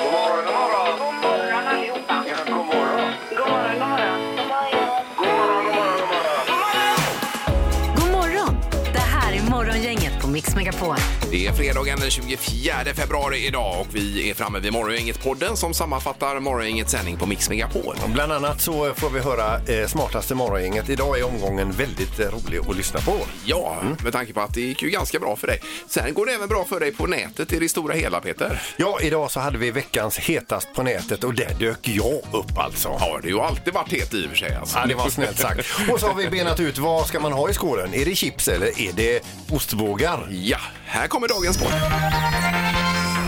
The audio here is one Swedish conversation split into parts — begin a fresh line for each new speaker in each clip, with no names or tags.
God morgon, god morgon. God morgon allihopa. Ja, god morgon. God morgon, god morgon. God morgon, god morgon, god morgon.
God morgon! Det här är Morgongänget på Mix Megapol.
Det är fredagen den 24 februari idag och vi är framme vid Morgongänget-podden som sammanfattar Morgongängets sändning på Mix Megapol.
Bland annat så får vi höra eh, smartaste morgongänget. Idag är omgången väldigt eh, rolig att lyssna på.
Ja, med tanke på att det gick ju ganska bra för dig. Sen går det även bra för dig på nätet i det stora hela, Peter.
Ja, idag så hade vi veckans hetast på nätet och där dök jag upp alltså.
Ja, det har ju alltid varit het i och för sig. Alltså.
Ja, det var snällt sagt. Och så har vi benat ut vad ska man ha i skålen. Är det chips eller är det ostbågar?
Ja, här kommer dagens podd.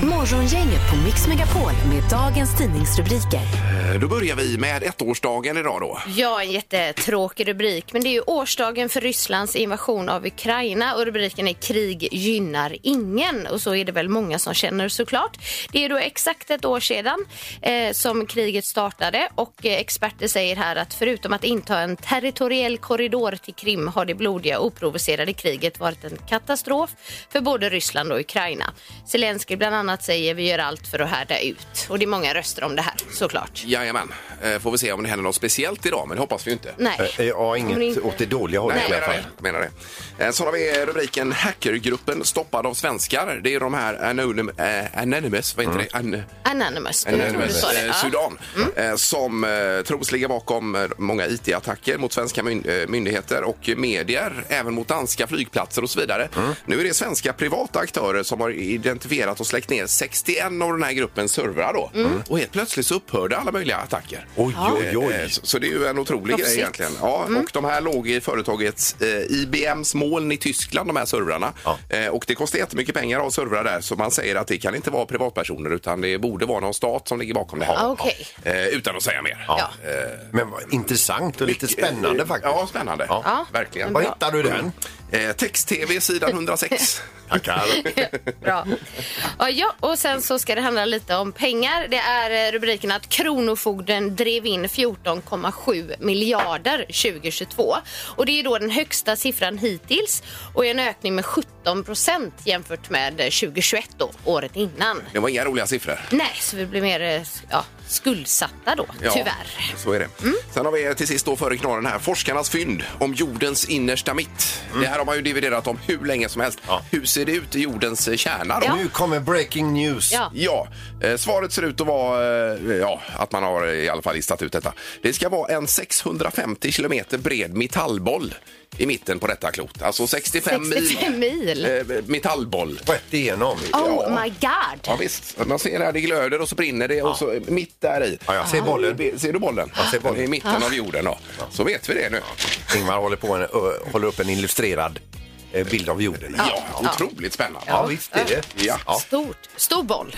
Morgongänget på Mix Megapol med dagens tidningsrubriker.
Eh, Då börjar vi med ettårsdagen idag då.
Ja, en jättetråkig rubrik, men det är ju årsdagen för Rysslands invasion av Ukraina och rubriken är krig gynnar ingen och så är det väl många som känner såklart. Det är då exakt ett år sedan eh, som kriget startade och eh, experter säger här att förutom att inta en territoriell korridor till Krim har det blodiga oprovocerade kriget varit en katastrof för både Ryssland och Ukraina. Zelenskyj bland annat säger vi gör allt för att härda ut och det är många röster om det här såklart.
Jajamän, Eh, får vi se om det händer något speciellt idag, men det hoppas vi ju inte.
Nej.
Eh, Ja,
Kommer
inget
inte-
åt det dåliga hållet
Nej,
i alla
menar
fall.
det. Menar det. Eh, Så har vi rubriken Hackergruppen stoppad av svenskar. Det är de här anonym, eh, Anonymous, vad heter det? An-
Anonymous.
en
Jag tror du sa Mm. det.
eh,
Ja. Mm.
Sudan eh, som eh, tros ligga bakom eh, många IT-attacker mot svenska myn- eh, myndigheter och medier, även mot danska flygplatser och så vidare.
Mm.
Nu är det svenska privata aktörer som har identifierat och släckt ner 61 av den här gruppens servrar då.
Mm.
Och helt plötsligt så upphörde alla möjliga attacker.
Oj, oj,
Eh,
oj.
Så, så det är ju en otrolig grej
Proffsigt. Mm.
egentligen. Ja, Och de här låg i företagets eh, IBMs moln i Tyskland, de här servrarna.
Ja.
Eh, och det kostar jättemycket pengar att ha servrar där, så man säger att det kan inte vara privatpersoner utan det borde vara någon stat som ligger bakom det här.
Ah, okej.
Eh, utan att säga mer.
Ja.
Men vad intressant och lite spännande
Eh,
faktiskt.
Ja, spännande.
Ja.
Verkligen.
Var hittar du den?
Eh, Text-tv, sidan 106.
Tackar.
Bra. Ja, Ja, och sen så ska det handla lite om pengar. Det är eh, rubriken att Kronofogden drev in 14,7 miljarder 2022. Och det är då den högsta siffran hittills och en ökning med 17 procent jämfört med eh, 2021 då, året innan.
Det var inga roliga siffror.
Nej, så vi blir mer eh, ja, skuldsatta då,
Ja,
tyvärr. Mm.
Så är det. Sen har vi eh, till sist då före knorren här, forskarnas fynd om jordens innersta mitt.
Mm.
Det här har man ju dividerat om hur länge som helst.
Ja.
Hur ser det ut i jordens eh, kärna då?
Nu kommer breaking news.
Ja.
Ja, eh, svaret ser ut att vara eh, ja, att man har i alla fall listat ut detta. Det ska vara en 650 kilometer bred metallboll i mitten på detta klot. Alltså 65,
65 mil.
eh, metallboll.
Rätt igenom.
Oh
ja.
my
Ja
god!
visst, man ser det här, det glöder och så brinner det och så eh, mitt där i.
Ja, jag ser bollen.
Be- Ser du bollen?
Jag ser bollen.
Den är I mitten av jorden då. Så vet vi det nu.
Ingmar håller, på en, ö, håller upp en illustrerad eh, bild av jorden.
Ja, otroligt spännande.
Ja, visst är det.
Ja.
Stort. Stor boll.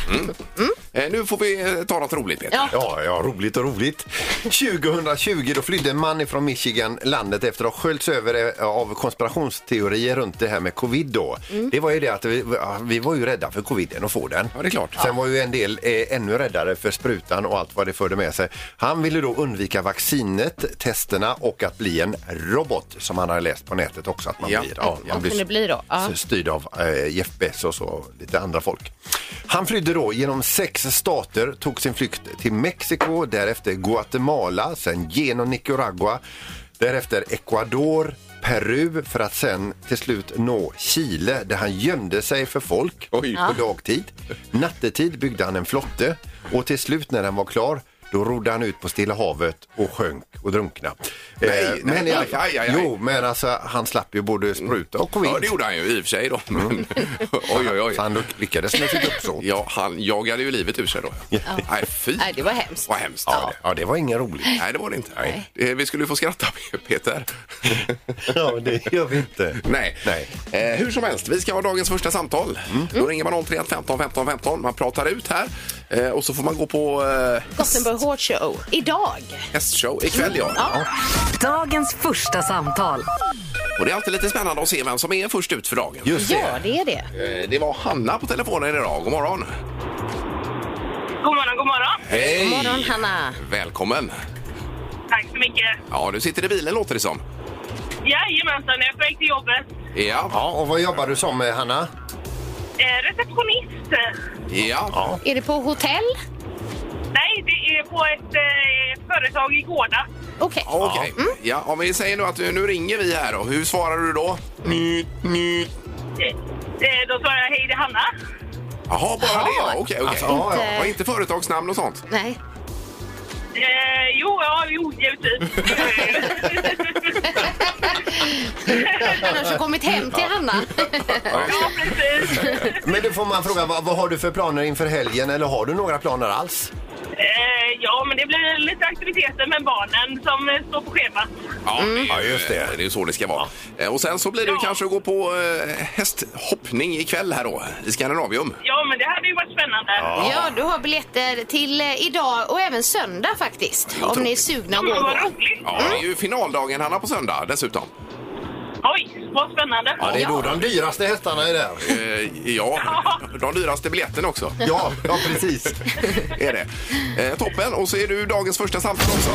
Eh, Nu får vi eh, ta något roligt Peter.
Ja.
Ja, ja, roligt och roligt. 2020 då flydde en man från Michigan landet efter att ha sköljts över eh, av konspirationsteorier runt det här med covid då.
Mm.
Det var ju det att vi, ja, vi var ju rädda för coviden och få den.
Ja, det är klart.
Sen var ju en del eh, ännu räddare för sprutan och allt vad det förde med sig. Han ville då undvika vaccinet, testerna och att bli en robot som han hade läst på nätet också att man
Ja.
blir.
Mm,
man
vad kunde det bli då? Ja.
styrd av eh, Jeff Bezos och lite andra folk. Han flydde då genom sex stater, tog sin flykt till Mexiko, därefter Guatemala, sen genom Nicaragua, därefter Ecuador, Peru för att sen till slut nå Chile där han gömde sig för folk
Oj.
på dagtid. Nattetid byggde han en flotte och till slut när den var klar då rodde han ut på Stilla havet och sjönk och drunknade.
Nej,
Eh,
nej,
men i alla
aj,
fall-
aj, aj, aj.
Jo, men alltså han slapp ju både spruta och covid.
Ja, det gjorde han ju i och för sig då.
Mm.
Men, oj, oj, oj.
Så han lyckades med sitt uppsåt.
Ja, han jagade ju livet ur sig då. Nej, fy.
Nej, det var hemskt.
Vad hemskt.
Ja, det- ja, det var ingen roligt.
Nej, det var det inte. Eh, Vi skulle ju få skratta, Peter.
Ja, men det gör vi inte.
Nej.
Nej.
Eh, hur som helst, vi ska ha dagens första samtal. Då ringer man 031 15 15 15. Man pratar ut här eh, och så får man gå på eh,
Gothenburg Hårt Show. Idag. Mm.
hästshow ikväll. Ja.
Dagens första samtal.
Och det är alltid lite spännande att se vem som är först ut för dagen.
Just
Ja, det är det.
Eh, Det var Hanna på telefonen idag. God morgon!
God morgon, god morgon.
Hej!
God morgon, Hanna.
Välkommen!
Tack så mycket.
Ja, du sitter i bilen låter det som.
Jajamensan, jag är på väg till jobbet.
Ja.
Ja, och vad jobbar du som, eh, Hanna?
Eh, receptionist.
Ja.
Är det på hotell?
Nej, det är på ett eh, företag i Gårda.
Okej.
Okej. Ja, om vi säger nu att du, nu ringer vi här då. Hur svarar du då? Nyt, nyt.
Eh, eh, då svarar jag hej, det är Hanna.
Jaha, bara det? ja. Okej, okej.
Alltså, ja,
ja.
Och inte företagsnamn och sånt?
Nej.
Eh, jo, ja, jo, typ. givetvis.
Annars har jag kommit hem till Hanna.
ja, precis.
Men då får man fråga, vad, vad har du för planer inför helgen eller har du några planer alls?
Eh, ja, men det blir lite aktiviteter med barnen som eh, står på schemat.
Ja,
Ja, just det.
Det är ju så det ska vara. Eh, Och sen så blir det ju
Ja.
kanske att gå på eh, hästhoppning ikväll här då i Skandinavium.
Ja, men det hade ju varit spännande.
Ja, du har biljetter till eh, idag och även söndag faktiskt. Om ni är sugna att gå
Men vad
då.
roligt!
Ja, det är ju finaldagen Hanna på söndag dessutom.
Oj, vad spännande.
Ja, det är då de dyraste hästarna är där.
Eh, ja, de dyraste biljetterna också.
Ja, ja precis.
Är det. Eh, toppen, och så är du dagens första samtal också.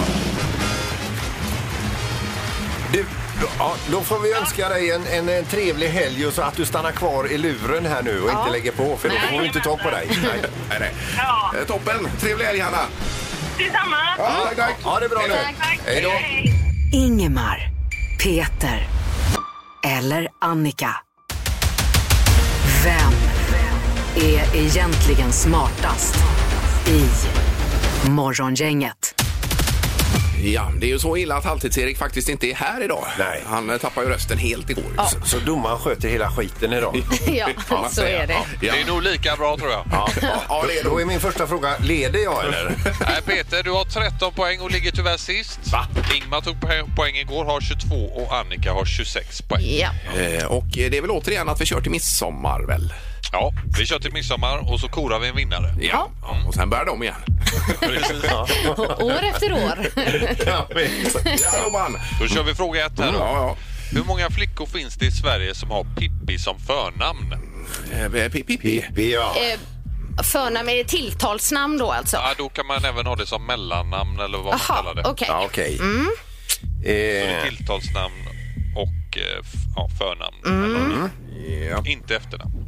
Du, ja, då får vi önska dig en, en, en trevlig helg och så att du stannar kvar i luren här nu och inte lägger på för då
Nej.
får vi inte tag på dig. Nej.
Nej, nej.
Ja.
Eh, toppen, trevlig helg Hanna.
Detsamma!
Ja, tack, tack. Ha det bra nu.
Tack!
Hej då.
Ingemar, Peter eller Annika. Vem är egentligen smartast i Morgongänget?
Ja, det är ju så illa att Halvtids-Erik faktiskt inte är här idag.
Nej.
Han eh, tappade ju rösten helt igår. Så-
Så domaren sköter hela skiten idag.
Ja, så är det.
Ja.
Det är nog lika bra tror jag.
Ja, ja, det är
Då
då.
är min första fråga, leder jag eller?
Nej, Peter, du har 13 poäng och ligger tyvärr sist. Va? Ingmar tog poäng, poäng igår, har 22 och Annika har 26 poäng.
Ja.
Eh, Och det är väl återigen att vi kör till midsommar väl?
Ja, vi kör till midsommar och så korar vi en vinnare.
Ja.
Mm.
Och sen börjar de igen.
År efter år.
Ja, Mm. men-
Ja, då vann.
Då kör vi fråga ett här
Mm, Ja,
då.
ja.
Hur många flickor finns det i Sverige som har Pippi som förnamn?
Eh, Pippi. Pippi.
Pippi, ja.
Eh, Förnamn är det tilltalsnamn då alltså?
Ja, då kan man även ha det som mellannamn eller vad man kallar det.
Jaha, okej.
Ja, okej.
Mm.
Så det
Eh,
är tilltalsnamn och eh, f- ja, förnamn. Eller,
Ja,
inte efternamn.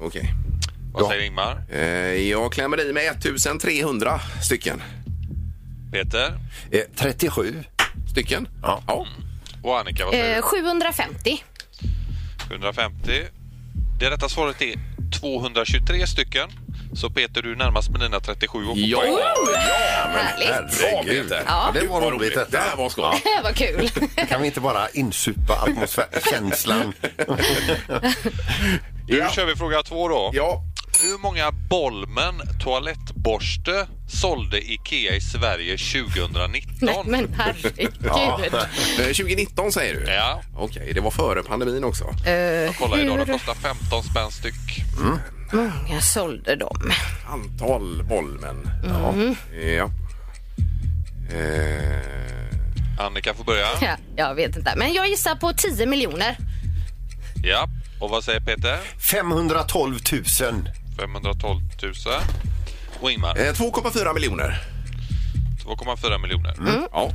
okej.
Vad säger Ingmar?
Eh, Jag klämmer i med 1300 stycken.
Peter?
eh, 37.
Stycken?
Ja.
Och Annika, vad säger
Eh, 750.
du? 150. Det rätta svaret är 223 stycken. Så Peter, du är närmast med dina 37 och får
Ja!
poäng.
Härligt.
Herregud.
Ja.
Oh, Det var roligt
Det
detta.
här var skoj.
Vad kul.
Kan vi inte bara insupa atmosfärkänslan?
Nu
Ja.
kör vi fråga två då.
Ja.
Hur många Bolmen toalettborste sålde IKEA i Sverige 2019?
Nej, men herregud.
Eh, 2019 säger du?
Ja.
Okej, det var före pandemin också.
Eh,
Kolla idag, de
hur
kostar 15 spänn styck.
många sålde de?
Antal Bolmen. Ja. ja. Eh,
Annika får börja.
Ja, jag vet inte. Men jag gissar på 10 miljoner.
Ja. Och vad säger Peter?
512 000.
512 000. Och Ingmar,
eh, 2,4 miljoner.
2,4 miljoner.
Mm.
Ja.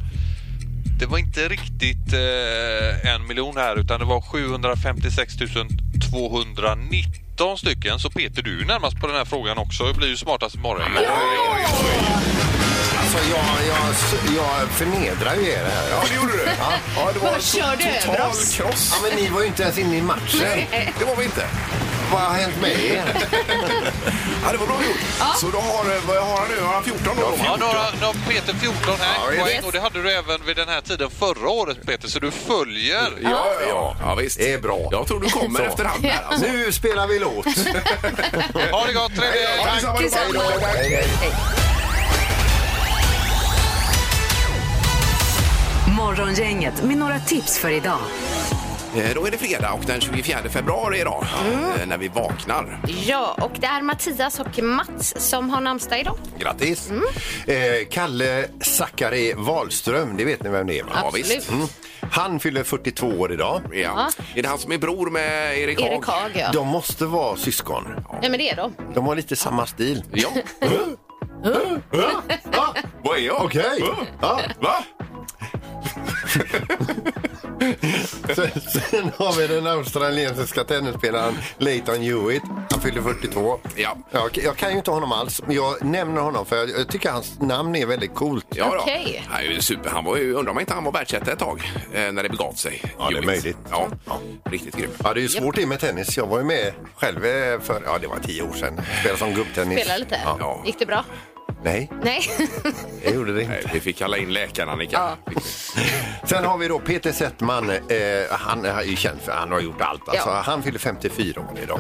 Det var inte riktigt eh, en miljon här utan det var 756 219 stycken. Så Peter, du är närmast på den här frågan också. Det blir ju smartast imorgon.
Alltså jag, jag, jag förnedrar ju er här. Ja,
det gjorde du.
ja, ja, det var
Vad kör du över
total
oss?
kross. Ja, men ni var ju inte ens inne i matchen.
Det var vi inte.
Vad har hänt med er?
Ja, det var bra gjort. Så då har, eh, vad har han nu? Har han 14 då?
Ja, nu har, nu har Peter 14 här,
Ja,
poäng. Och det hade du även vid den här tiden förra året Peter, så du följer.
Ja, ja, ja, visst.
Det är bra.
Jag tror du kommer
Så.
efterhand där. Alltså.
Nu spelar vi låt.
Ha det gott, trevlig helg!
Ja, detsamma, detsamma.
detsamma.
Hej då.
Hej, hej.
Morgongänget med några tips för idag.
Eh, Då är det fredag och den 24 februari idag eh, när vi vaknar.
Ja, och det är Mattias och Mats som har namnsdag idag.
Grattis. Eh, Kalle Zackari Wahlström, det vet ni vem det är va?
Ja, visst.
Absolut.
Mm. Han fyller 42 år idag.
Ja. Är det han som är bror med Erik Haag?
Erik Haag, ja.
De måste vara syskon.
Ja, men det är de.
De har lite samma stil.
Ja. Vad är jag?
Okej. Ja.
Va?
Sen, sen har vi den australiensiska tennisspelaren Leighton Hewitt. Han fyller 42.
Ja.
Jag, jag kan ju inte honom alls, men jag nämner honom för jag, jag tycker hans namn är väldigt coolt.
Ja, då.
Okej.
Han är ju super. Han var ju, undrar om inte han var världsetta ett tag eh, när det begav sig.
Ja, det är
Hewitt.
möjligt.
Ja. Riktigt grym.
Ja, det är ju svårt det med tennis. Jag var ju med själv eh, för, ja det var tio år sedan. Spelade som gubbtennis.
Spelar lite.
Ja.
Gick det bra?
Nej,
Nej.
jag gjorde det inte.
Nej, Vi fick kalla in läkaren, Annika.
Sen har vi då Peter Settman. Eh, han är ju känd för, han har gjort allt. Alltså,
Ja. Mm.
Han fyller 54 år idag.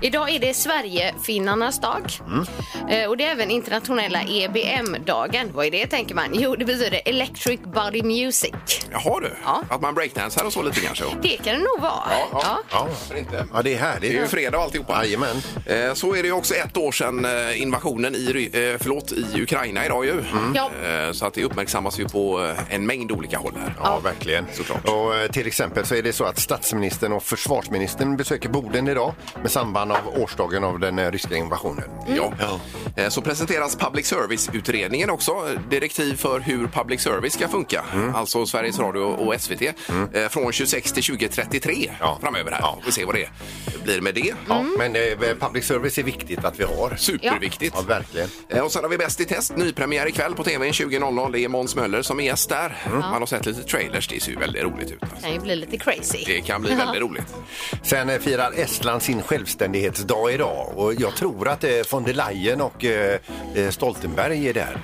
Idag är det Sverigefinnarnas dag.
Mm.
Eh, Och det är även internationella EBM-dagen. Vad är det tänker man? Jo, det betyder Electric Body Music.
Jaha du,
Ja.
att man breakdansar och så lite kanske?
Det kan det nog vara. Ja.
Ja.
Varför inte?
ja, det är härligt.
Det är ju fredag och alltihopa.
Jajamän.
Eh, Så är det ju också ett år sedan eh, invasionen i, Ry- eh, förlåt, i Ukraina idag ju.
Mm. Ja.
Eh, Så att det uppmärksammas ju på eh, en mängd olika håll här.
Ja, verkligen.
Såklart.
Och, eh, till exempel så är det så att statsministern och försvarsministern besöker Boden idag med samband av årsdagen av den eh, ryska invasionen.
Ja. Eh, Så presenteras public service-utredningen också. Direktiv för hur public service ska funka.
Mm.
Alltså Sveriges Radio och SVT. Eh, Från 26 till 2033
Ja.
framöver här.
Ja.
Vi ser vad det blir med det.
Ja, Men eh, public service är viktigt att vi har.
Superviktigt.
Ja, verkligen.
Eh, Och sen har vi Bäst i test, nypremiär ikväll på TV 20.00. Det är Måns Möller som är gäst där.
Mm.
Man har sett lite trailers, det ser ju väldigt roligt ut.
Det kan ju bli lite crazy.
Det kan bli väldigt roligt.
Sen eh, firar Estland sin självständighetsdag idag och jag tror att eh, von der Leyen och eh, eh, Stoltenberg är där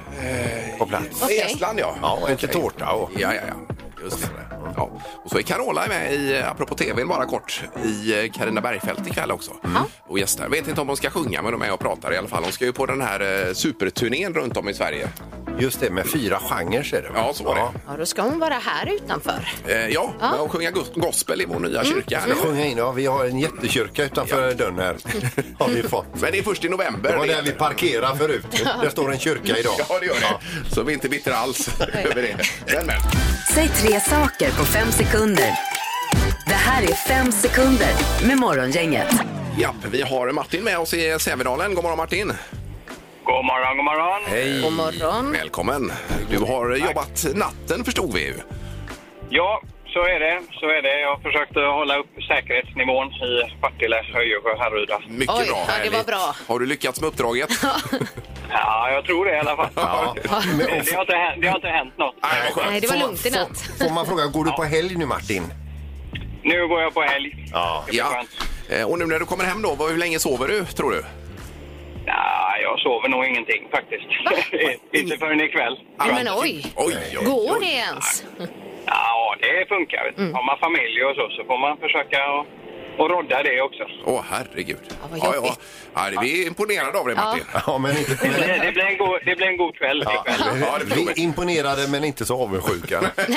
på plats.
Okej.
Estland ja.
Ja, och lite tårta och...
Ja, ja, ja. Just det. Ja. Och så är Carola med i, eh, apropå tvn bara kort, i Karina Bergfeldt ikväll också. Och gästar. Vet inte om hon ska sjunga men de är med och pratar i alla fall. Hon ska ju på den här eh, superturnén runt om i Sverige.
Just det, med fyra genrer är det. va?
Ja, så var det.
Ja, då ska hon vara här utanför.
Eh, ja, men och sjunga gos- gospel i vår nya kyrka. här
Mm. Ska
nu.
sjunga in? Ja, vi har en jättekyrka utanför dörren här. Har vi fått.
Men det är först i november.
Det var där
heter.
vi parkerade förut. Där står en kyrka idag.
Ja, det gör det. Så vi är inte bittra alls över det. Men, men.
Säg tre saker på fem sekunder. Det här är fem sekunder med Morgongänget.
Japp, vi har Martin med oss i Sävedalen. God morgon Martin!
Mm.
God morgon, god morgon.
Hej!
God morgon.
Välkommen! Du har jobbat natten förstod vi ju.
Ja, så är det. Så är det. Jag försökte hålla upp säkerhetsnivån i Partille, Höjesjö, Härryda.
Mm.
Mycket
Oj,
bra.
ja, det var
Härligt.
bra.
Har du lyckats med uppdraget?
Ja, jag tror det i alla fall.
Ja.
Det, det, har inte, hänt- det har inte hänt något.
Nej, vad skönt.
Nej, det var
Får man-
lugnt i natt.
Får man fråga, går du på helg nu Martin?
Nu går jag på helg.
Ja.
Det blir
Ja.
skönt.
Eh, Och nu när du kommer hem då, vad- hur länge sover du tror du?
Nej, jag sover nog ingenting faktiskt. inte förrän ikväll.
Nej, men oj.
Oj, oj,
Går det
oj.
ens?
Ja, det funkar. vet du.
Mm.
Har man familj och så, så får man försöka att- att rodda det också.
Åh herregud.
vad
ja.
jobbigt.
Ja, det- vi är imponerade av dig Martin.
Ja, men inte...
Det blir, det blir, en, god, det blir en god kväll ikväll.
Ja, det
Vi
förstår
är
vi.
imponerade men inte så avundsjuka.
Jag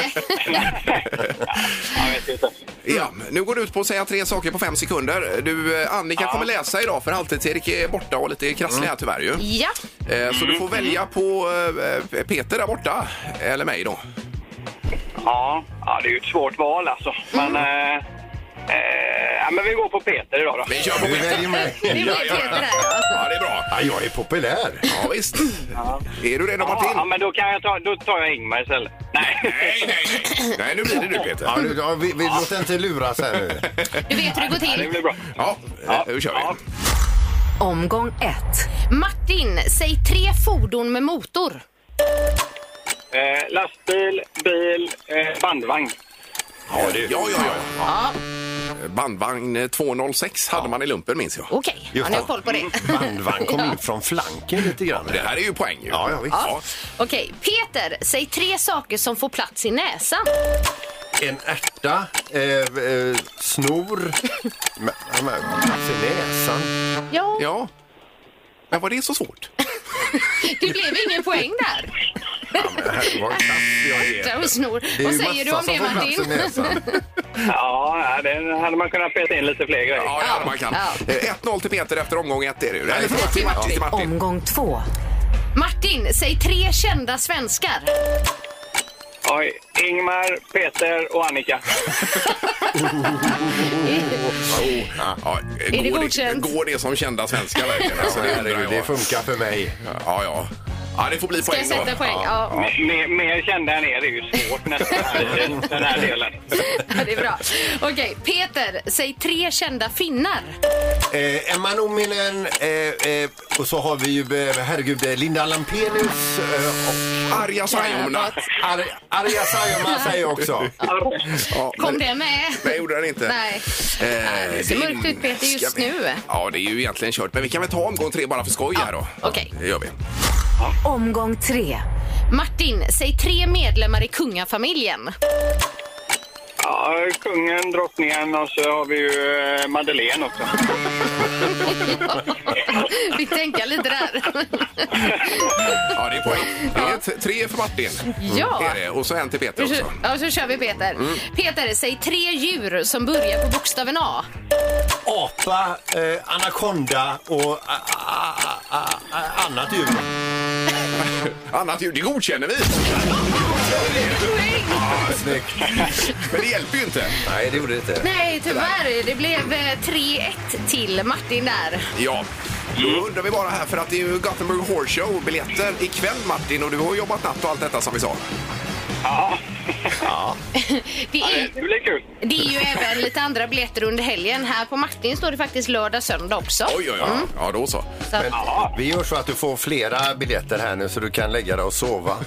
vet inte.
Ja, nu går du ut på att säga tre saker på fem sekunder. Du, eh, Annika kommer läsa idag för Halvtids-Erik är borta och lite krasslig
Mm.
här tyvärr ju.
Ja.
Eh, Så
Mm.
du får välja på eh, Peter där borta, eller mig då.
Ja, ja, det är ju ett svårt val alltså. Men,
Mm.
eh, eh, ja, men vi går på Peter idag då.
Vi kör på
Du väljer
Peter.
mig.
Det blev Peter där. ja.
Ja, det är bra.
Ja, jag är populär.
Ja, visst. Är du redo
Ja,
Martin?
ja, men då, kan jag ta, då tar jag Ingmar istället. Nej.
Nej, nej, nej. Nej, nu blir det du
Ja,
Peter.
du, ja, vi, vi låter inte luras här nu.
Du vet hur det går
Ja, det
till.
blir bra.
Ja, eh, nu kör vi.
Ja.
Omgång ett.
Martin, säg tre fordon med motor.
Eh, lastbil, bil, eh, bandvagn.
Ja, det- ja, ja. ja. Bandvagn 206 hade man i lumpen minns jag.
Okej,
Just det.
ja, ni har
Mm.
koll på det.
Bandvagn kom in från flanken lite grann.
Det här är ju poäng ju.
Ja, ja, visst.
Okej, Peter, säg tre saker som får plats i näsan.
En ärta, eh, eh, snor, men, men, plats i näsan.
Ja,
Ja. Men var det så svårt?
det blev ingen poäng där.
Här, Vad kass jag är.
Där och snor.
Det är
Vad
ju
säger du om
massa
det
som får plats i
Martin?
näsan.
Ja, ja, det hade man kunnat peta in lite fler grejer.
Ja, det hade man kan.
Ja.
Eh, 1-0 till Peter efter omgång 1 är det ju. Eller förlåt, till Martin. Till Martin.
Omgång två.
Martin, säg tre kända svenskar.
Oj, Ingmar, Peter och Annika.
Ja, ja,
det
går,
godkänt?
går det som kända svenskar verkligen? Alltså, det undrar
Herregud,
jag.
det funkar för mig.
Ja, ja. Ja, det får bli
Ska jag
poäng då.
sätta poäng? Ja,
Mer, mer kända än er är ju svårt nästan, här, den här delen.
det är bra. Okej, Peter, säg tre kända finnar.
Eh, Emma Nominen eh, eh, och så har vi ju, eh, herregud, eh, Linda Lampenius eh, och
Arja Saijonmaa.
Ar- Arja Saijonmaa säger jag också.
Ja, men-
Kom det med?
Nej, gjorde den inte.
Nej.
Eh,
det ser
det-
mörkt ut, Peter, just
ska vi-
nu.
Ja, det är ju egentligen kört. Men vi kan väl ta omgång tre bara för skoj här då.
okej.
Det gör vi.
Omgång tre.
Martin, säg tre medlemmar i kungafamiljen.
Ja, kungen, drottningen och så har vi ju eh, Madeleine också.
Vi tänker lite där.
Ja, det är poäng. Det är t- tre för Martin.
Ja.
Är det. Och så en till Peter också. Mm.
Ja, så kör vi Peter. Peter, säg tre djur som börjar på bokstaven A.
Apa, eh, anakonda och a- a- a- a- a- annat djur.
Annat ljud, det godkänner vi.
Ja, snyggt.
Men det hjälper ju inte.
Nej, det gjorde det inte.
Nej, tyvärr. Det blev eh, 3-1 till Martin där.
Ja. Då undrar vi bara här, för att det är ju Gothenburg Horse Show biljetter ikväll Martin och du har jobbat natt och allt detta som vi sa.
Ja,
Det är,
det blir kul.
det är ju även lite andra biljetter under helgen. Här på Martin står det faktiskt lördag, söndag också. Mm.
Oj, oj, oj. Ja, då så.
Men vi gör så att du får flera biljetter här nu så du kan lägga dig och sova.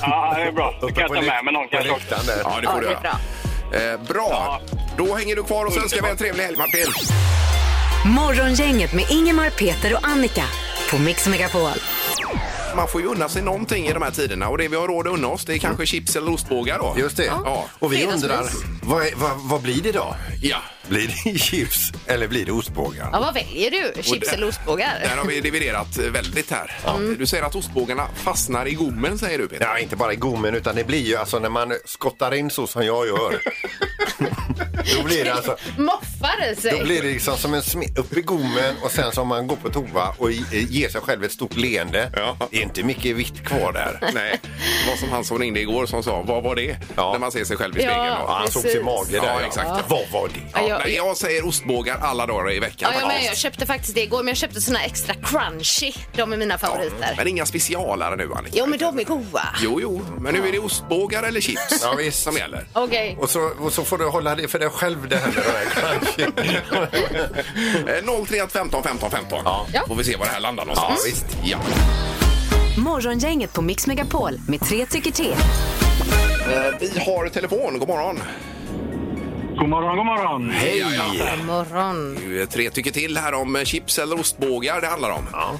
Ja, det är bra. Då kan jag ta
lykt-
med mig någon
på
kanske också.
läktaren där.
Ja, det får
Ja,
du
det är
göra.
bra.
Eh, bra. Då hänger du kvar och så önskar vi en trevlig helg Martin.
Morgongänget med Ingemar, Peter och Annika på Mix Megapol.
Man får ju unna sig någonting i de här tiderna och det vi har råd att unna oss det är kanske chips eller ostbågar då.
Mm. Just det.
Ja.
Och vi
fredagsmys.
undrar, vad, är- vad, vad blir det idag?
Ja.
Blir det chips eller blir det ostbågar?
Ja, vad väljer du? Chips
där-
eller
Där
ostbågar? Mm.
har vi dividerat eh, väldigt här. Du säger att ostbågarna fastnar i gommen säger du Peter.
Ja, inte bara i gommen utan det blir ju alltså när man skottar in så som jag gör. då blir det alltså,
Moffar det
då
sig?
blir det liksom som en smitt upp i gommen och sen som man går på toa och i- ger sig själv ett stort leende.
Ja.
Det är inte mycket vitt kvar där.
Nej, det var som han som ringde igår som sa vad var det?
Ja.
När man ser sig själv i spegeln.
Ja.
Ja, han såg sig i magen där.
Ja, exakt.
Vad var det?
Ja,
jag-
nej, jag säger ostbågar alla dagar i veckan.
Ja, jag, med,
faktiskt.
jag köpte faktiskt det igår, men jag köpte såna extra crunchy. De är mina favoriter.
Men inga specialare nu, Annika.
Jo, men de är goda.
Jo, jo, men nu är det ostbågar eller chips
Ja, visst.
som gäller.
Okej.
Och så, och så får du hålla det för dig själv det här med den här crunchen.
Eh, 031 15 15 15.
Ja.
Får vi se var det här landar någonstans.
Ja, visst.
Ja.
Morgongänget på Mix Megapol med tre tycker till.
Eh, Vi har telefon. God morgon.
God morgon, god morgon.
Hej!
God morgon.
Det är ju Tre tycker till här om eh, chips eller ostbågar det handlar om. Ja,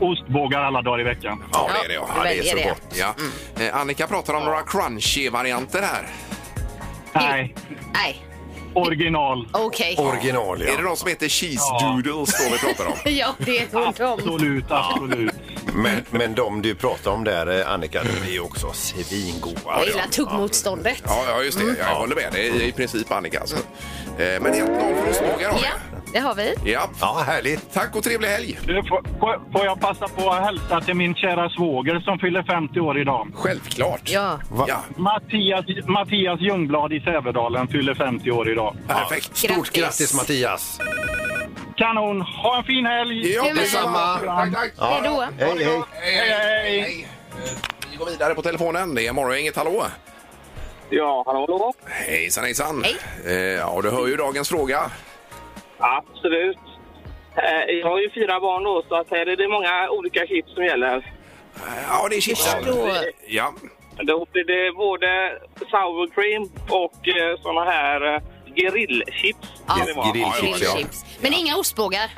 Ostbågar alla dagar i veckan.
det är det. Ja,
Ja,
det är
väljer
så
det.
gott. Ja. Eh, Annika pratar om några crunchy-varianter här.
Nej,
Nej,
original.
okej.
Original,
Är det
ja.
de som heter cheese
Ja.
doodles då vi pratar om?
Ja, det är tvärtom.
Absolut, absolut.
Men, men de du pratar om där, eh, Annika, de är ju också svingoda.
Jag gillar tuggmotståndet.
Ja, ja just det. Jag håller med. Det är i princip Annika. Alltså. Eh, Men 1-0 för ostbågar har vi.
Ja, det har vi.
Ja.
Ja, härligt.
Tack och trevlig helg!
Du, får, får- får jag passa på att hälsa till min kära svåger som fyller 50 år idag?
Självklart!
Ja.
Ja,
Mattias, Mattias Ljungblad i Sävedalen fyller 50 år idag.
perfekt!
Stort
Grattis.
grattis Mattias!
Kanon! Ha en fin helg!
Ja,
Du med.
detsamma! Tack, tack!
Hej då.
Hej, hej!
Hej, hej!
Hej. Eh, Vi går vidare på telefonen. Det är morgongänget. Hallå!
Ja, hallå, hallå?
Hejsan, hejsan! Hej. Ja, du hör ju dagens fråga.
Absolut. Eh, Jag har ju fyra barn då, så att här är det många olika chips som gäller.
Eh, Ja, det är chipsen.
Då.
Ja.
Då blir det både sour cream och eh, såna här eh, grillchips.
Ja.
ska det vara.
Grillchips, ja.
Grillchips. Men inga ostbågar.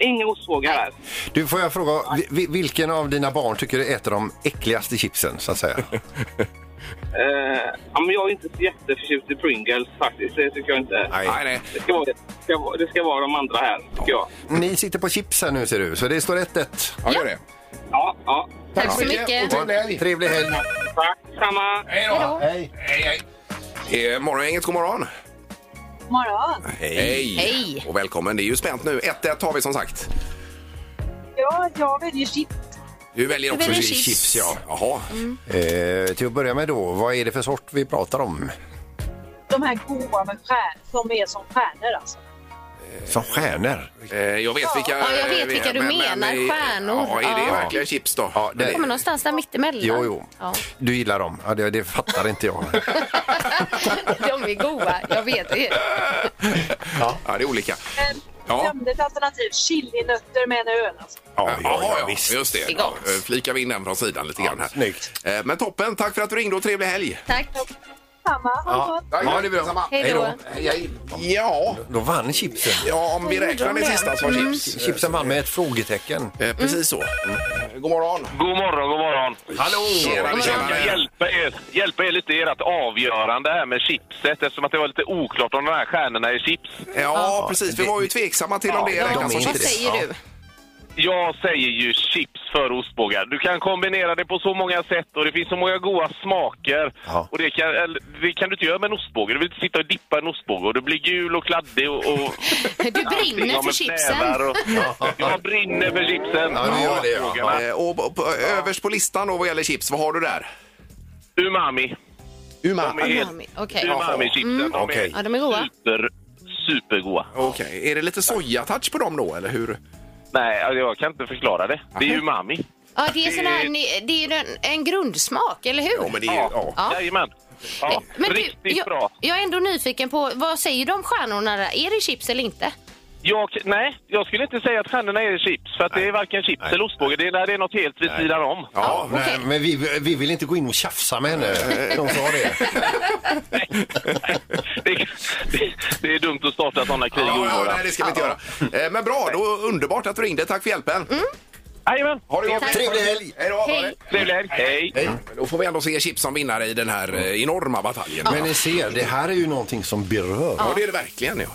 Ingen ostbågar här. Eh,
Du, får jag fråga, vi- vi- vilken av dina barn tycker du äter de äckligaste chipsen, så att säga?
Eh, ja, men jag är inte så jätteförtjust i Pringles faktiskt. Det tycker jag inte.
Nej.
Nej, nej.
Det ska vara, det ska vara, det ska vara de andra här, tycker jag.
Ni sitter på chips här nu, ser du, så det står 1-1.
Ja, gör det.
Ja, ja.
Tack så mycket.
Och trevlig helg!
Trevlig helg!
Tack, samma.
Hej då! Hej, hej! Eh, Morgongänget, god morgon!
morgon.
Hej!
Hej.
Och välkommen. Det är ju spänt nu. 1-1 har vi som sagt.
Ja, jag väljer chips.
Du väljer
Du
också
väljer chips. chips, ja.
Jaha.
Mm.
Eh, till att börja med då, vad är det för sort vi pratar om?
De här goa med stjärnor, de är som stjärnor alltså.
Som stjärnor?
Eh, jag vet vilka...
Ja, jag vet vilka du menar. Stjärnor.
Ja, är det
Ja.
verkligen chips då? Ja,
Det kommer någonstans där mittemellan.
Jo, jo.
Ja.
Du gillar dem? Ja, det, det fattar inte jag.
De är goda, jag vet det.
ja. det är olika.
Men
Ja.
glömde ett alternativ, chilinötter med en öl alltså.
Ja, ja, ja, just det.
Det är
Ja,
gott.
eh, flikar vi in den från sidan lite grann här. Eh, Men toppen, tack för att du ringde och trevlig helg.
Tack.
Samma, ha det gott.
Ja, det är bra.
Hej då.
Ja,
Då vann chipsen.
ja, om vi räknar det sista som var chips.
Mm. Chipsen vann med ett frågetecken.
Eh, Precis så. Eh, God morgon.
God morgon, god morgon.
Hallå! Tjena,
Jag ska
tjena.
hjälpa er, hjälpa er lite i ert avgörande här med chipset eftersom att det var lite oklart om de här stjärnorna är chips.
Ja, precis. Vi var ju tveksamma till om det räknas som chips.
Jag säger ju chips för ostbågar. Du kan kombinera det på så många sätt och det finns så många goda smaker.
Ja.
Och det kan, eller, det kan du inte göra med en ostbåge. Du vill inte sitta och dippa en ostbåge och du blir gul och kladdig och... och
Du brinner för chipsen.
Och, jag brinner för chipsen.
Eh, Och på- på- överst på listan då vad gäller chips, vad har du där?
Umami.
Umami.
De är helt-
Umami, Okej.
Umami-chipsen.
Mm.
De är
Okej.
Ja, de är goda.
super, supergoda.
Okej, är det lite sojatouch på dem då eller hur?
Nej, alltså, jag kan inte förklara det. Det är ju umami.
Ja, det är, sån här, ni- det är ju en, en grundsmak, eller hur? Ja.
Jajamän. Ja,
Men du,
riktigt
jag,
bra.
jag är ändå nyfiken på, vad säger de stjärnorna där? Är det chips eller inte?
Jag, nej, jag skulle inte säga att stjärnorna är chips, för att det är varken chips eller ostbåge. Det, är- det är något helt vid sidan om.
Ja, nej, men vi, vi vill inte gå in och tjafsa med henne. De sa det.
Det, det, det är dumt att starta sådana krig
Ja, ja,
omgående.
nej, det ska vi inte göra. Eh, Men bra, då underbart att du ringde. Tack för hjälpen.
Mm.
Jajamän.
Ha det gott.
Tack. Trevlig helg.
Hej då.
Hej. Trevlig helg. Hej.
Då får vi ändå se chips som vinnare i den här eh, enorma bataljen.
Men ni ser, det här är ju någonting som berör.
Ja, det är det verkligen. Ja.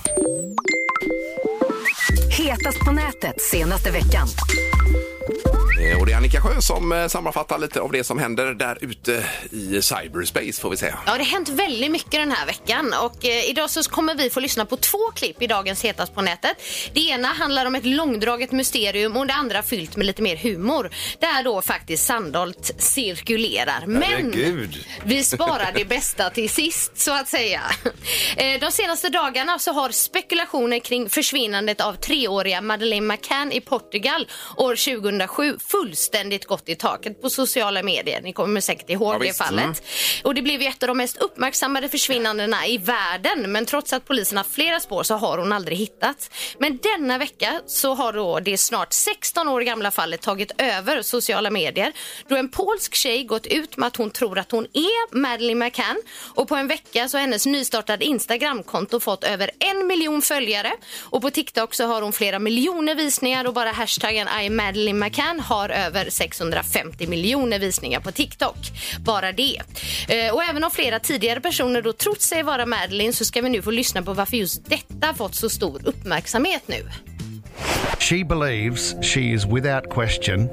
Hetast på nätet senaste veckan.
Eh, Och det är Annika Sjö som eh, sammanfattar lite av det som händer där ute i cyberspace får vi säga.
Ja, det har hänt väldigt mycket den här veckan och eh, idag så kommer vi få lyssna på två klipp i dagens Hetast på nätet. Det ena handlar om ett långdraget mysterium och det andra fyllt med lite mer humor. Där då faktiskt Sandholt cirkulerar. Men
Herregud.
vi sparar det bästa till sist så att säga. Eh, De senaste dagarna så har spekulationer kring försvinnandet av treåriga Madeleine McCann i Portugal år 2007 fullständigt gått i taket på sociala medier. Ni kommer säkert ihåg det
visst.
fallet.
Mm.
Och det blev ju ett av de mest uppmärksammade försvinnandena i världen. Men trots att polisen har flera spår så har hon aldrig hittats. Men denna vecka så har då det snart 16 år gamla fallet tagit över sociala medier. Då en polsk tjej gått ut med att hon tror att hon är Madeleine McCann. Och på en vecka så har hennes nystartade Instagramkonto fått över en miljon följare. Och på TikTok så har hon flera miljoner visningar och bara hashtaggen I Madeleine McCann har över 650 miljoner visningar på TikTok. Bara det. Eh, Och även om flera tidigare personer då trott sig vara Madeleine så ska vi nu få lyssna på varför just detta fått så stor uppmärksamhet nu.
She believes she is without question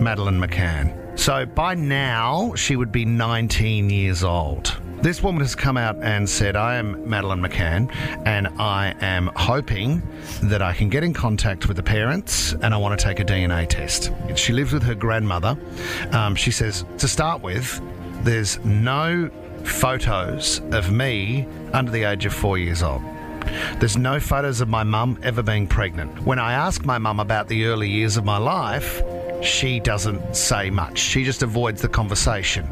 Madeline McCann. So by now, she would be 19 years old. This woman has come out and said, I am Madeline McCann, and I am hoping that I can get in contact with the parents and I want to take a DNA test. She lives with her grandmother. Um, she says, to start with, there's no photos of me under the age of four years old. There's no photos of my mum ever being pregnant. When I ask my mum about the early years of my life, she doesn't say much. She just avoids the conversation.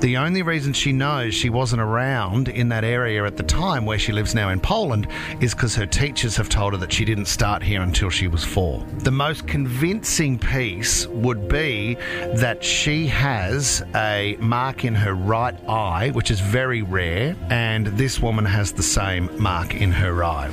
The only reason she knows she wasn't around in that area at the time where she lives now in Poland is because her teachers have told her that she didn't start here until she was four. The most convincing piece would be that she has a mark in her right eye, which is very rare, and this woman has the same mark in her eye.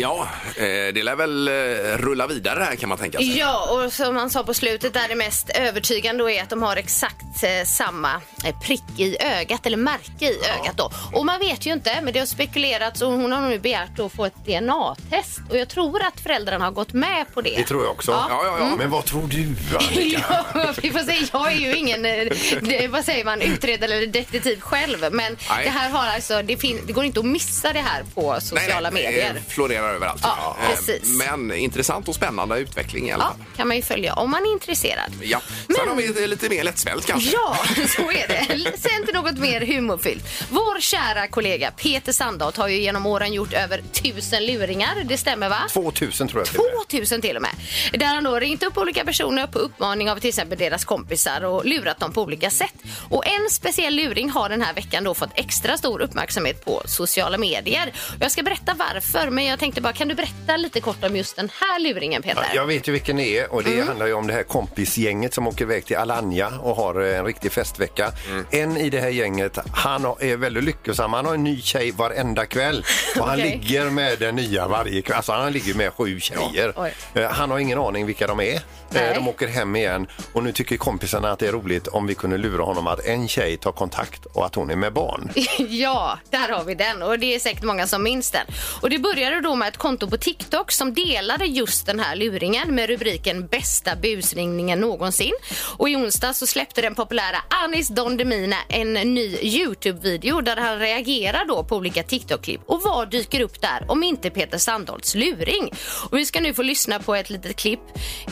Ja, eh, det lär väl eh, rulla vidare här kan man tänka sig.
Ja, och som man sa på slutet där det mest övertygande då är att de har exakt eh, samma eh, prick i ögat eller märke i ögat då. Och man vet ju inte, men det har spekulerats och hon har nu begärt att få ett DNA-test och jag tror att föräldrarna har gått med på det.
Det tror jag också.
Ja. Mm.
Men vad tror du, Annika?
Ja, vi får se. Jag är ju ingen eh, det- vad säger man, utredare eller detektiv själv. Men
Nej.
det här har alltså, det, fin- det går inte att missa det här på sociala medier.
eh, florerar överallt.
Ja,
Eh,
precis.
Men intressant och spännande utveckling i alla
Ja,
fall.
kan man ju följa om man är komplicerad.
Ja. Sen har vi ett lite mer lättsmält kanske.
Ja, så är det. Sen till något mer humorfyllt. Vår kära kollega Peter Sandholt har ju genom åren gjort över tusen luringar, det stämmer va?
2000 tror jag till och med.
2000 till och med. Där han då ringt upp olika personer på uppmaning av till exempel deras kompisar och lurat dem på olika sätt. Och en speciell luring har den här veckan då fått extra stor uppmärksamhet på sociala medier. Jag ska berätta varför, men jag tänkte bara kan du berätta lite kort om just den här luringen Peter?
Jag vet ju vilken det är och det
Mm.
handlar ju om det här kompisgänget som åker iväg till Alanya och har eh, en riktig festvecka.
Mm.
En i det här gänget, han har- är väldigt lyckosam. Han har en ny tjej varenda kväll och han
Okej.
ligger med den nya varje kväll. Alltså han ligger med sju tjejer.
Oj.
Eh, Han har ingen aning vilka de är. Eh,
Nej.
De åker hem igen och nu tycker kompisarna att det är roligt om vi kunde lura honom att en tjej tar kontakt och att hon är med barn.
Ja, där har vi den och det är säkert många som minns den. Och det började då med ett konto på TikTok som delade just den här luringen med rubriken bästa busringningen någonsin. Och i onsdag så släppte den populära Anis Don Demina en ny Youtube-video där han reagerar då på olika TikTok-klipp. Och vad dyker upp där om inte Peter Sandholts luring? Och vi ska nu få lyssna på ett litet klipp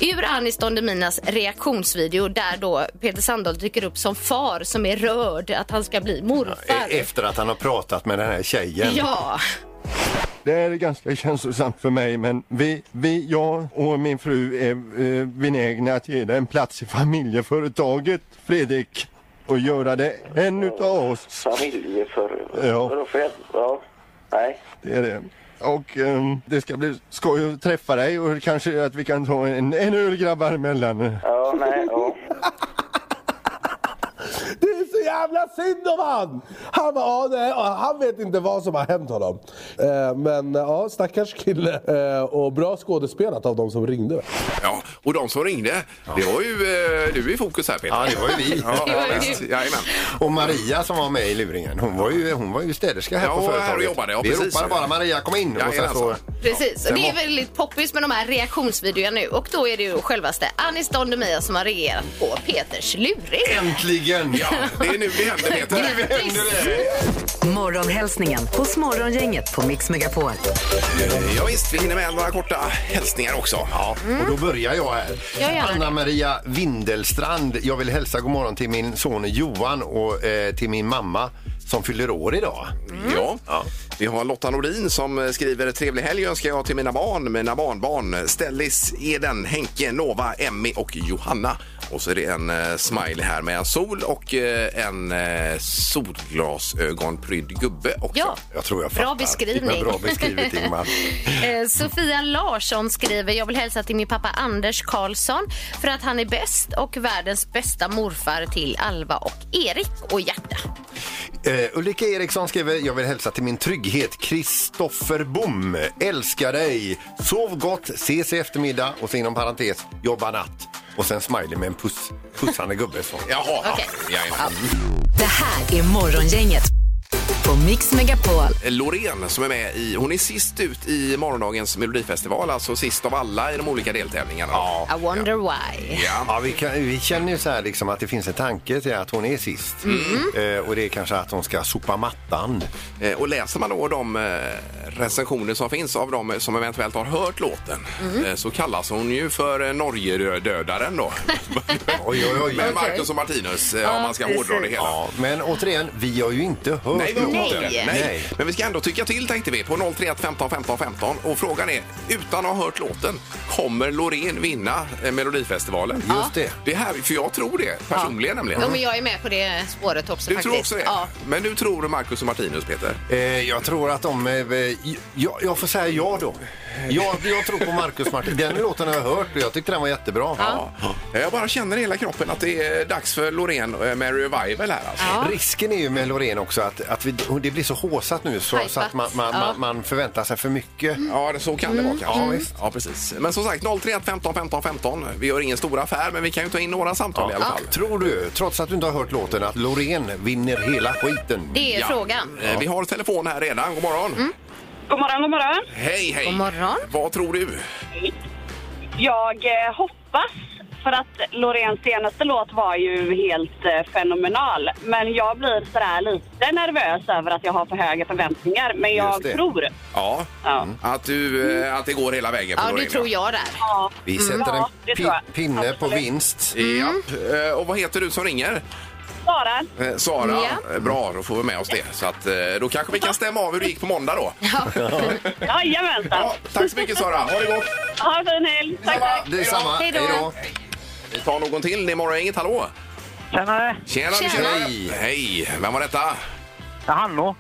ur Anis Don Deminas reaktionsvideo där då Peter Sandholt dyker upp som far som är rörd att han ska bli morfar.
E- Efter att han har pratat med den här tjejen.
Ja.
Det är ganska känslosamt för mig men vi, vi, jag och min fru är eh, benägna att ge dig en plats i familjeföretaget Fredrik och göra det en utav oss.
Familjeföretag?
Ja.
Vadå för Ja. Nej.
Det är det. Och ehm, det ska bli skoj att träffa dig och kanske att vi kan ta en, en öl grabbar emellan.
Ja, nej, ja.
Det är så jävla synd om han! Han, bara, ja, nej, ja, han vet inte vad som har hänt honom. Eh, men eh, ja, stackars kille. Eh, och bra skådespelat av de som ringde.
Ja, och de som ringde, det var ju eh, du i fokus här Peter.
Ja, det var ju vi.
Ja,
Det var ju
visst.
du.
Jajamän.
Och Maria som var med i luringen, hon var ju, hon var ju städerska här
Ja,
på
hon var här och
företaget.
jobbade, ja,
Vi
precis.
ropade bara Maria kom in och sen så...
Jajamensan.
Precis,
Ja,
och det är
sen var-
väldigt poppis med de här reaktionsvideorna nu och då är det ju självaste Anis Don Demina som har reagerat på Peters luring.
Äntligen! Ja,
det är nu det händer Peter.
Morgonhälsningen hos Morgongänget på Mix Megapol.
Eh, Ja, visst, vi hinner med några korta hälsningar också.
Ja, och då börjar jag här.
Gör gärna det.
Anna-Maria Windelstrand, jag vill hälsa god morgon till min son Johan och eh, till min mamma som fyller år idag.
Mm. Ja. Vi har Lotta Nordin som skriver trevlig helg önskar jag till mina barn, mina barnbarn Stellis, Eden, Henke, Nova, Emmy och Johanna. Och så är det en eh, smiley här med en sol och eh, en eh, solglasögonprydd gubbe också.
Ja.
Jag tror jag
Bra fattar. beskrivning. Det var bra beskrivet, Ingmar. Eh, Sofia Larsson skriver Jag vill hälsa till min pappa Anders Karlsson för att han är bäst och världens bästa morfar till Alva och Erik och Hjärta.
Eh, Ulrika Eriksson skriver, jag vill hälsa till min trygghet Kristoffer Bom. Älskar dig! Sov gott, ses i eftermiddag och så inom parentes, jobba natt. Och sen smiley med en puss, pussande gubbe. Så.
Jaha,
Okej.
ja, ja.
Det här är Morgongänget på Mix Megapol.
Loreen som är med i, hon är sist ut i morgondagens Melodifestival, alltså sist av alla i de olika deltävlingarna.
I wonder why.
Ja.
vi, kan, vi känner ju så här liksom att det finns en tanke till att hon är sist.
Mm.
Eh, och det är kanske att hon ska sopa mattan.
Eh, Och läser man då de eh, recensioner som finns av de som eventuellt har hört låten
Mhm.
eh, så kallas hon ju för eh, Norgedödaren då.
oj, oj.
Med Marcus och Martinus eh, om man ska hårdra det hela.
Ja, men återigen, vi har ju inte hört
Nej, vi har inte det. Nej.
Nej.
Men vi ska ändå tycka till tänkte vi på 031 15 15 15. Och frågan är, utan att ha hört låten, kommer Loreen vinna eh, Melodifestivalen?
Just det.
det här, för jag tror det personligen nämligen.
Jo, men jag är med på det spåret också
Du
faktiskt.
tror också det?
Ja.
Men du tror Marcus och Martinus, Peter?
Eh, jag tror att de... Eh, jag, jag får säga ja då. Jag, jag tror på Marcus Martin. Den låten har jag hört och jag tyckte den var jättebra.
Ja. Jag bara känner i hela kroppen att det är dags för Loreen eh, med Revival här alltså.
Risken är ju med Loreen också att, att vi, det blir så håsat nu så, så att man, man,
Ja. Mm.
man, man förväntar sig för mycket.
Ja, det- så kan det
Mm,
vara kanske.
Ja, visst.
Ja, precis. Men som sagt, 031 15 15 15. Vi gör ingen stor affär, men vi kan ju ta in några samtal i alla fall.
Tror du, trots att du inte har hört låten, att Loreen vinner hela skiten?
Det är frågan. Mm.
Eh, Vi har telefon här redan. God morgon.
God morgon, god morgon.
Hej, hej.
God morgon.
Vad tror du?
Jag eh, hoppas
för att Loreens senaste låt var ju helt eh, fenomenal. Men jag blir sådär lite nervös över att jag har för höga förväntningar. Men jag
Just det.
tror.
Ja, Mm. Att, du, eh, att det går hela vägen för
Ja, det
Loreen,
tror jag där.
Ja.
Vi sätter en pi- pinne på vinst.
Japp. Eh, Och vad heter du som ringer?
Sara?
Eh, Sara.
Ja.
Eh, Bra, då får vi med oss det. Så att, eh, då kanske vi kan stämma av hur det gick på måndag då.
Jajamensan.
Ja, tack så mycket Sara. Ha det gott.
Ha en fin helg. Tack, tack.
Hej då. Vi tar någon till. Det är morgon, inget hallå.
Tjenare!
Tjena,
Tjena.
tjena. Hej. Hej. Vem var detta?
Hallå.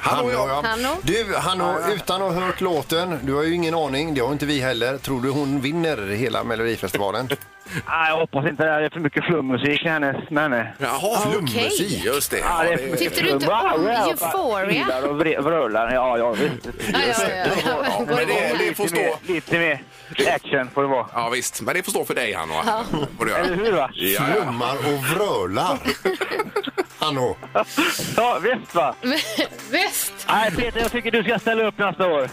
Hallå, ja.
Hallå.
Du, Hanno, utan att ha hört låten, du har ju ingen aning, det har inte vi heller. Tror du hon vinner hela Melodifestivalen?
Nej, jag hoppas inte det. Det är för mycket flummusik i hennes med henne.
Jaha, flummusik. Just det.
Ja, det är för
Ja,
mycket
Tyckte du inte
flum.
om
Wow, wow.
Euphoria?
Vrillar och vr- vrölar. Ja, ja, visst.
Ja, men det, det får stå.
Lite mer action får det vara.
Ja, visst. Men det får stå för dig, Hanno.
Ja.
Får du göra.
Eller hur, va?
Ja, ja.
Flummar och vrölar. Hanno.
Ja, visst va?
Visst!
Nej, Peter, jag tycker du ska ställa upp nästa år.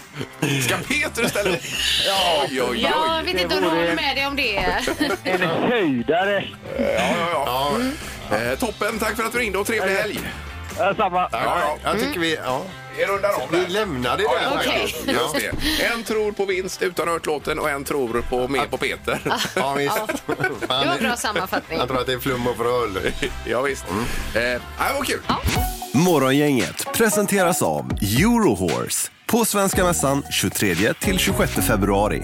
Ska Peter ställa upp? Ja, oj, oj,
Jag vet inte om du håller med dig om det.
En höjdare.
Ja, ja, ja. Eh, toppen, tack för att du ringde och trevlig helg.
Samma.
Ja, ja.
Jag tycker vi... Ja.
Vi rundar av
Vi lämnar det där
Ja,
faktiskt.
just det. Just det. En tror på vinst utan att ha hört låten och en tror på mer på Peter.
Ja, visst.
Det var en bra sammanfattning.
Jag tror att det är flum och vröl.
ja, visst. Eh, det var kul.
Morgongänget presenteras av Eurohorse på Svenska Mässan 23-26 februari.